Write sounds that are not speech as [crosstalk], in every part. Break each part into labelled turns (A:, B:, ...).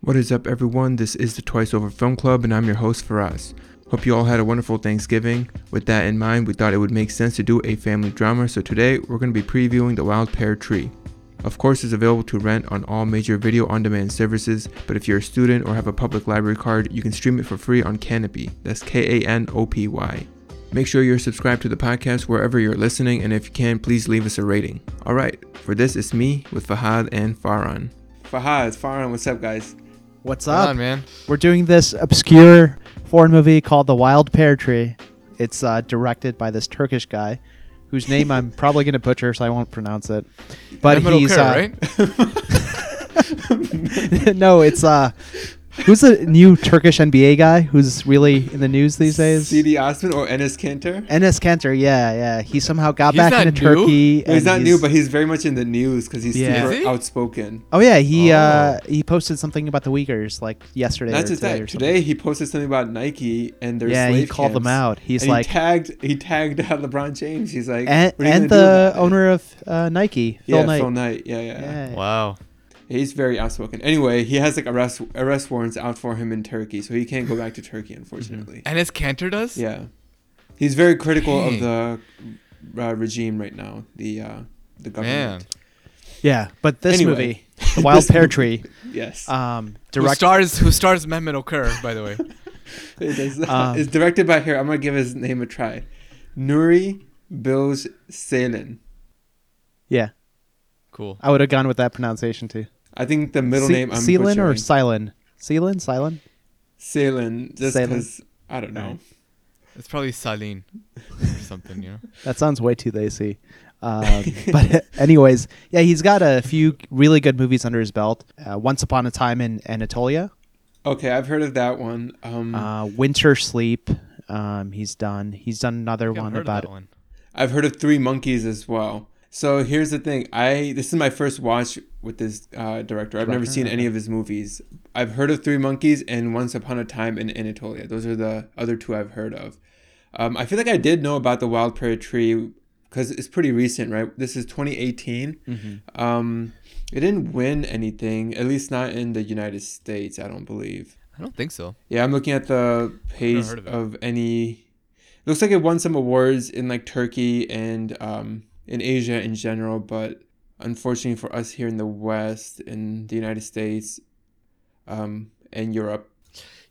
A: What is up, everyone? This is the Twice Over Film Club, and I'm your host, Faraz. Hope you all had a wonderful Thanksgiving. With that in mind, we thought it would make sense to do a family drama, so today we're going to be previewing The Wild Pear Tree. Of course, it's available to rent on all major video on demand services, but if you're a student or have a public library card, you can stream it for free on Canopy. That's K A N O P Y. Make sure you're subscribed to the podcast wherever you're listening, and if you can, please leave us a rating. All right, for this, it's me with Fahad and Farhan. Fahad, it's Farhan, what's up, guys?
B: What's
C: Come
B: up?
C: on, man.
B: We're doing this obscure foreign movie called The Wild Pear Tree. It's uh, directed by this Turkish guy whose name I'm probably going to butcher, so I won't pronounce it. But [laughs]
C: Mehmet
B: he's.
C: Okur,
B: uh, [laughs]
C: right?
B: no, it's. Uh, who's the new Turkish NBA guy who's really in the news these days?
A: CD Osman or Enes Kanter?
B: Enes Kanter, yeah, yeah. He somehow got
C: He's
B: back
C: not
B: into
C: new?
B: Turkey.
A: Well, he's
B: and
A: not new, but he's very much in the news because he's
B: Yeah.
A: super
C: Is he?
A: outspoken.
B: Oh, yeah, he uh,
C: Oh.
B: he posted something about the Uyghurs like yesterday.
A: Not
B: or
A: just
B: today
A: that.
B: Or something.
A: Today he posted something about Nike and their
B: yeah,
A: slave
B: he called them
A: camps.
B: out. He's
A: and
B: like.
A: he tagged he tagged out LeBron James. He's like
B: and,
A: "What are you
B: and
A: gonna do
B: the
A: about it?"
B: owner of uh, Nike, Phil
A: yeah,
B: Knight.
A: Phil Knight. Yeah, yeah,
B: Yeah.
C: Wow.
A: He's very outspoken. Anyway, he has like arrest arrest warrants out for him in Turkey, so he can't go back to Turkey, unfortunately.
C: And as Cantor does?
A: Yeah, he's very critical
C: Dang.
A: of the uh, regime right now. The uh, the
C: Man.
A: government.
B: Yeah, but this
A: Anyway. [laughs]
B: movie, The Wild Pear Tree,
A: Yes.
B: um,
C: Who
B: direct.
C: stars who stars Mehmet Okur,
B: [laughs]
C: by the way.
A: [laughs] It is [laughs]
B: Um,
A: it's directed by here. I'm gonna give his name a try. Nuri Bilge Ceylan.
B: Yeah,
C: Cool.
B: I would have gone with that pronunciation too.
A: I think the middle
B: Ce-
A: name I'm
B: Celan or
A: butchering.
B: Silen? Celan, Silen.
A: Ceylan. Just
B: Ceylan?
A: because I don't know.
B: Alright.
C: It's probably Saline or
B: [laughs]
C: something, you know.
B: That sounds way too
A: [laughs]
B: lacy. Um, but [laughs] anyways, yeah, he's got a few really good movies under his belt. Uh, Once Upon a Time in Anatolia,
A: Okay, I've heard of that one. Um,
B: uh, Winter Sleep. Um, he's done. He's done another
C: I've
B: one
C: heard of
B: about
C: that one.
A: I've heard of Three Monkeys as well. So here's the thing. I this is my first watch with this uh, director. I've never
B: Director,
A: seen any
B: okay.
A: of his movies. I've heard of Three Monkeys and Once Upon a Time in Anatolia. Those are the other two I've heard of. Um, I feel like I did know about the Wild Prairie Tree because it's pretty recent, right? This is 2018.
B: Mm-hmm.
A: Um, it didn't win anything, at least not in the United States. I don't believe.
C: I don't think so.
A: Yeah, I'm looking at the page
C: heard of it.
A: of any. Looks like it won some awards in like Turkey and um, in Asia in general, but unfortunately for us here in the West, in the United States, um, and Europe,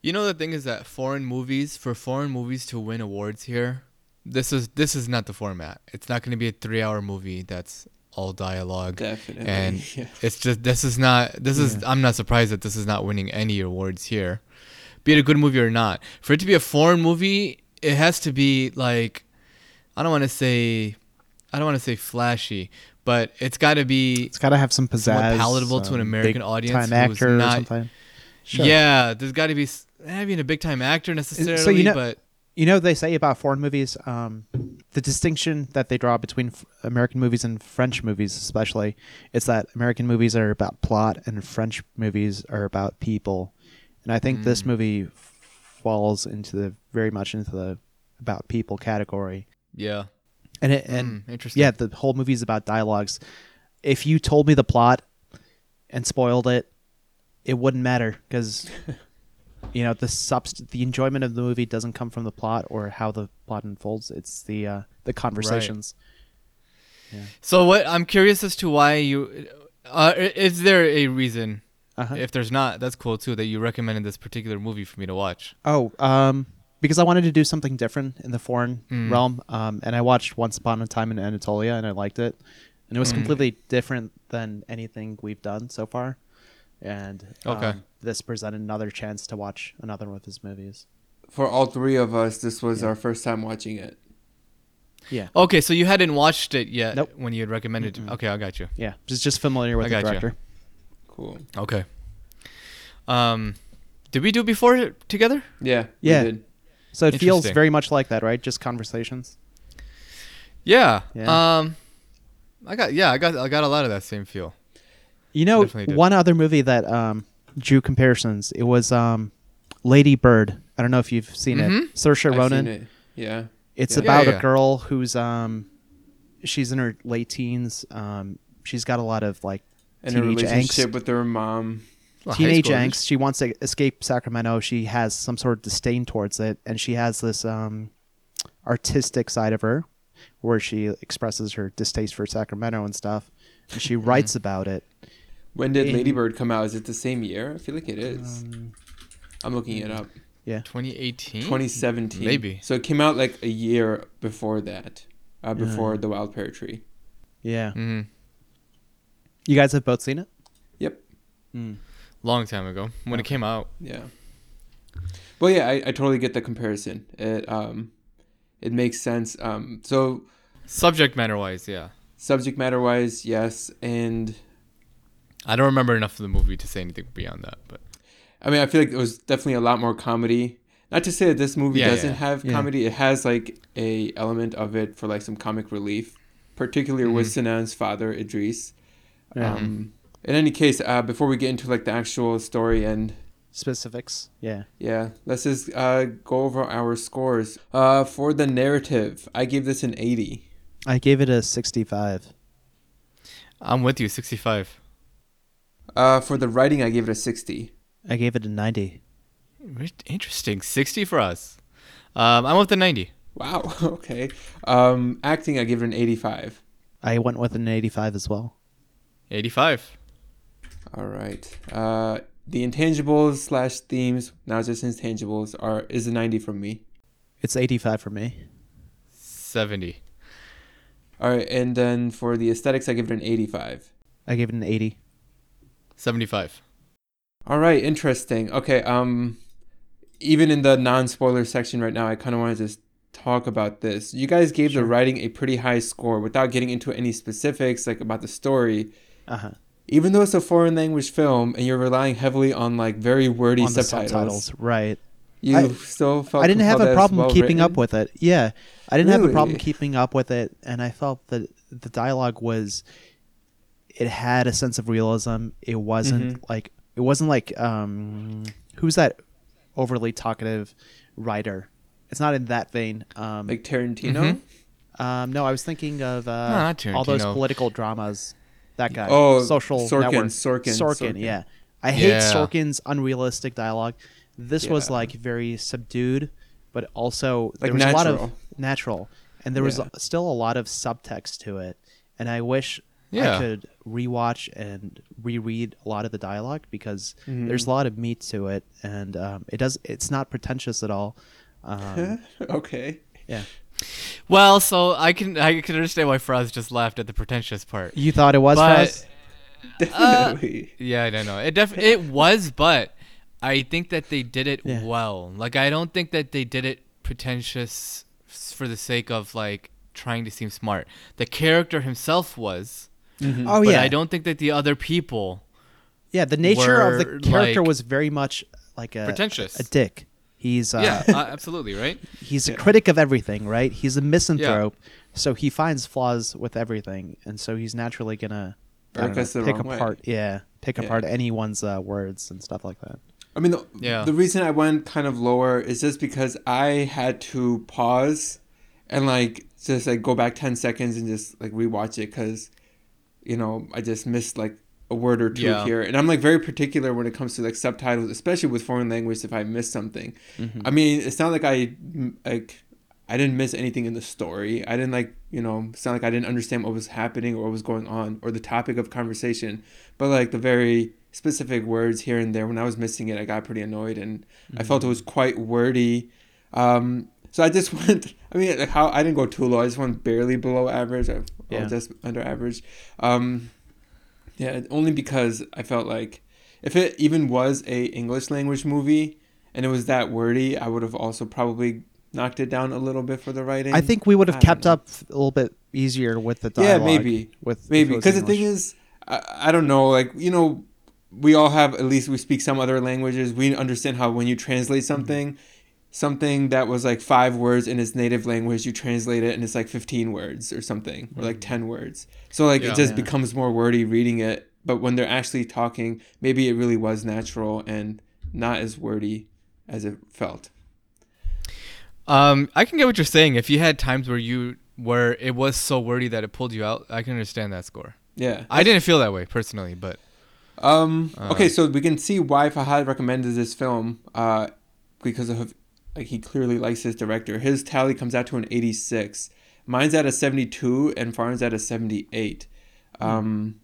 C: You know the thing is that foreign movies for foreign movies to win awards here, this is this is not the format. It's not going to be a 3-hour movie that's all dialogue.
A: definitely. [laughs]
C: And-
A: yeah.
C: It's just this is not this is I'm not surprised that this is not winning any awards here. Be it a good movie or not. For it to be a foreign movie, it has to be like I don't want to say I don't want to say flashy, but it's got to be
B: It's got to have some
C: somewhat
B: pizzazz.
C: palatable to an
B: some
C: American
B: big
C: audience
B: Time
C: who's
B: actor or
C: not
B: something.
C: Yeah, there's got to be s- not being a big time actor necessarily,
B: know-
C: but
B: You know what they say about foreign movies, um, the distinction that they draw between f- American movies and French movies, especially, is that American movies are about plot and French movies are about people, and I
C: Hmm.
B: think this movie f- falls into the very much into the about people category,
C: yeah,
B: and it, and
C: Mm, interesting.
B: yeah, the whole movie is about dialogues. If you told me the plot and spoiled it, it wouldn't matter because [laughs] you know the subst- the enjoyment of the movie doesn't come from the plot or how the plot unfolds. It's the uh, the conversations.
C: So what? I'm curious as to why you. Uh, i- is there a reason?
B: Uh-huh.
C: If there's not, that's cool too. That you recommended this particular movie for me to watch.
B: Oh, um, because I wanted to do something different in the foreign
C: Mm.
B: realm, um, and I watched Once Upon a Time in Anatolia, and I liked it, and it
C: Hmm.
B: was completely different than anything we've done so far. And
C: Okay.
B: um, this presented another chance to watch another one of his movies.
A: For all three of us, this was our first time watching it.
B: Yeah,
C: Okay, so you hadn't watched it yet
B: Nope.
C: when you had recommended. Okay, I got you.
B: yeah, just just familiar with
C: I
B: the
C: gotcha.
B: director.
A: Cool.
C: Okay. Um, did we do before together?
A: Yeah. we
B: Yeah.
A: did.
B: So it feels
C: Interesting.
B: very much like that, right? Just conversations.
C: Yeah.
B: Yeah.
C: Um, I got yeah, I got I got a lot of that same feel.
B: You know,
C: Definitely did.
B: one other movie that um, drew comparisons. It was um, Lady Bird. I don't know if you've seen
C: Mhm.
B: it. Saoirse
A: I've
B: Ronan.
A: seen it. Yeah.
B: It's
A: Yeah.
B: about
C: Yeah, yeah.
B: a girl who's um, she's in her late teens. Um, she's got a lot of like
A: And a
B: teenage
A: relationship
B: angst.
A: with her mom.
C: Well, high
B: teenage
C: schoolers.
B: angst. She wants to escape Sacramento. She has some sort of disdain towards it, and she has this um, artistic side of her, where she expresses her distaste for Sacramento and stuff. And she writes about it.
A: When did
B: In-
A: Lady Bird come out? Is it the same year? I feel like it is.
B: Um,
A: I'm looking it up.
C: 2018.
A: 2017.
C: Hmm? Maybe.
A: So it came out like a year before that, uh, before The Wild Pear Tree.
B: yeah,
C: hmm
B: you guys have both seen it.
A: Yep.
C: Long time ago when it came out.
A: Yeah. Well, yeah, I, I totally get the comparison. It um, it makes sense. Um, so
C: Subject matter wise, yeah.
A: subject matter wise, yes, and
C: I don't remember enough of the movie to say anything beyond that, but
A: I mean, I feel like it was definitely a lot more comedy. Not to say that this movie
C: Yeah,
A: doesn't
C: yeah.
A: have
B: Yeah.
A: comedy; it has like a element of it for like some comic relief, particularly with Sinan's father Idris.
B: Yeah.
A: Um, in any case, uh, before we get into like the actual story and
B: Specifics. Yeah.
A: yeah, let's just uh, go over our scores. Uh, for the narrative, I give this an eighty.
B: I gave it a 65.
C: I'm with you. 65.
A: Uh, for the writing, I gave it a 60.
B: I gave it a 90.
C: Re- Interesting. 60 for us. Um, I'm with the 90.
A: Wow. [laughs] Okay. Um, acting, I give it an 85.
B: I went with an 85 as well.
C: 85.
A: All right. Uh, the intangibles slash themes, now just intangibles, are is a 90 from me.
B: It's 85 for me.
C: 70.
A: All right, and then for the aesthetics, I give it an 85.
B: I gave it an 80.
C: 75.
A: All right, interesting. Okay. Um, even in the non-spoiler section right now, I kind of want to just talk about this. You guys gave
B: Sure.
A: the writing a pretty high score without getting into any specifics, like about the story.
B: Uh huh.
A: even though it's a foreign language film and you're relying heavily on like very wordy
B: On the
A: subtitles, Oh,
B: subtitles. Right.
A: you
B: I-
A: still felt
B: I didn't have a problem keeping up with it. Yeah, I didn't have a problem
A: Really?
B: keeping up with it, and I felt that the dialogue was. It had a sense of realism. It wasn't
A: Mm-hmm.
B: like it wasn't like um, who's that overly talkative writer? It's not in that vein. Um,
A: like Tarantino.
C: Mhm.
B: um, no, I was thinking of uh,
C: not
B: all those
C: Tarantino.
B: political dramas. That guy.
A: Oh,
B: social
A: Sorkin,
B: network.
A: Sorkin,
B: Sorkin.
A: Sorkin.
B: Yeah, I hate
C: Yeah.
B: Sorkin's unrealistic dialogue. This was
A: Yeah.
B: like very subdued, but also
A: Like
B: there was a lot of
A: natural.
B: natural, and there
A: Yeah.
B: was still a lot of subtext to it. And I wish I
C: Yeah.
B: could rewatch and reread a lot of the dialogue because
C: Mm-hmm.
B: there's a lot of meat to it, and um, it does. It's not pretentious at all. Um,
A: [laughs] okay.
B: yeah,
C: Well, so I can I can understand why Froz just laughed at the pretentious part.
B: you thought it was.
C: But-
B: Frost?
A: Definitely.
C: Yeah, I don't know. It def- [laughs] it was, but I think that they did it
B: Yeah.
C: well. Like I don't think that they did it pretentious s- for the sake of like trying to seem smart. The character himself was,
A: Mm-hmm.
B: oh
C: but
B: yeah,
C: I don't think that the other people.
B: Yeah, the nature of
C: were,
B: the character
C: like,
B: was very much like a
C: pretentious.
B: a dick. He's uh,
C: yeah, uh, absolutely, right?
B: [laughs] he's a critic of everything, right? He's a misanthrope,
C: Yeah.
B: so he finds flaws with everything, and so he's naturally gonna I
A: Or
B: don't know,
A: goes the
B: pick
A: wrong way.
B: apart, yeah, pick
A: Yeah.
B: apart anyone's uh, words and stuff like that.
A: I mean, the,
C: Yeah.
A: the reason I went kind of lower is just because I had to pause and like just like go back 10 seconds and just like rewatch it because, you know, I just missed like a word or two
C: Yeah.
A: here. And I'm like very particular when it comes to like subtitles, especially with foreign language if I miss something. I mean, it's not like I mm, like. I didn't miss anything in the story. I didn't like, you know, it's not like I didn't understand what was happening or what was going on or the topic of conversation but like the very specific words here and there when i was missing it i got pretty annoyed and i felt it was quite wordy um so i just [laughs] went i mean like how i didn't go too low i just went barely below average or,
B: Yeah.
A: or just under average um yeah only because i felt like if it even was a english language movie and it was that wordy i would have also probably knocked it down a little bit for the writing
B: I think we would
A: I
B: have
A: don't
B: kept
A: know.
B: up a little bit easier with the
A: Yeah,
B: dialogue.
A: maybe.
B: with if
A: maybe
B: it was
A: because the thing
B: English.
A: is I, I don't know like you know we all have at least we speak some other languages we understand how when you translate something something that was like five words in its native language you translate it and it's like 15 words or something or like 10 words so like
C: Yeah.
A: it just
B: Yeah.
A: becomes more wordy reading it but when they're actually talking maybe it really was natural and not as wordy as it felt
C: Um, I can get what you're saying. If you had times where you where it was so wordy that it pulled you out, I can understand that score.
A: yeah
C: I didn't feel that way personally, but
A: Um,
B: Uh,
A: okay, so we can see why Fahad recommended this film uh, because of like he clearly likes his director. His tally comes out to an 86. Mine's at a 72, and Farn's at a 78. Um,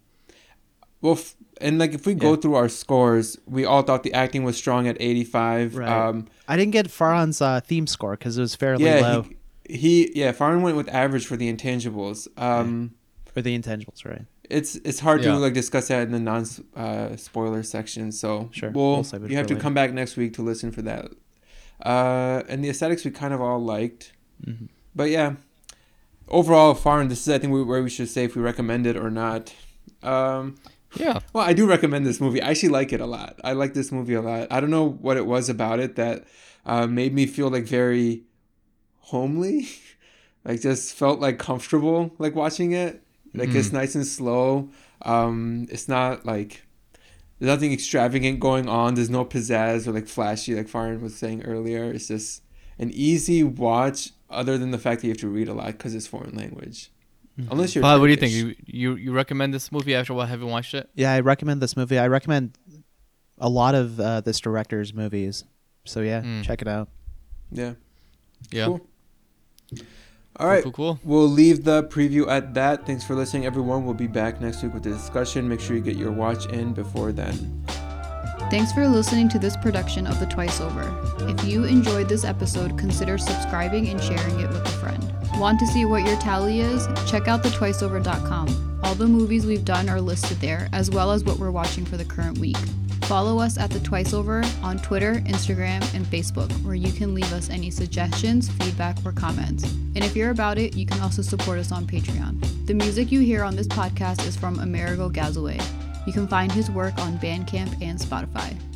A: well, f- and like if we go
B: Hmm. Yeah.
A: through our scores, we all thought the acting was strong at 85.
B: Right.
A: Um,
B: I didn't get Farhan's uh, theme score because it was fairly
A: yeah,
B: low
A: he, he yeah Farn went with average for the intangibles. Um,
B: for the intangibles, right?
A: it's it's hard
C: Yeah.
A: to like discuss that in the non uh, spoiler section. So
B: Sure,
A: we'll,
B: we'll save it
A: you have
B: for
A: to
B: later.
A: come back next week to listen for that. Uh, and the aesthetics we kind of all liked,
B: Mhm.
A: but yeah, overall, foreign. This is I think we, where we should say if we recommend it or not. Um,
C: Yeah.
A: well, I do recommend this movie. I actually like it a lot. I like this movie a lot. I don't know what it was about it that uh, made me feel like very homely. [laughs] like just felt like comfortable like watching it. Like it's
C: Mm-hmm.
A: nice and slow. Um, it's not like there's nothing extravagant going on. There's no pizzazz or like flashy like Farhan was saying earlier. It's just an easy watch other than the fact that you have to read a lot because it's foreign language. Unless you're
C: Mm-hmm. Fahad, what do you think?
A: Turkish.
C: You, you you recommend this movie after what having watched it?
B: Yeah, I recommend this movie. I recommend a lot of uh, this director's movies. So yeah,
C: Mm.
B: check it out.
A: Yeah.
C: Yeah.
A: Cool. All right.
C: Cool. Cool.
A: We'll leave the preview at that. Thanks for listening, everyone. We'll be back next week with the discussion. Make sure you get your watch in before then.
D: Thanks for listening to this production of The Twice Over. If you enjoyed this episode, consider subscribing and sharing it with a friend. Want to see what your tally is? Check out thetwiceover.com. All the movies we've done are listed there, as well as what we're watching for the current week. Follow us at The Twice Over on Twitter, Instagram, and Facebook, where you can leave us any suggestions, feedback, or comments. And if you're about it, you can also support us on Patreon. The music you hear on this podcast is from Amerigo Gazaway. You can find his work on Bandcamp and Spotify.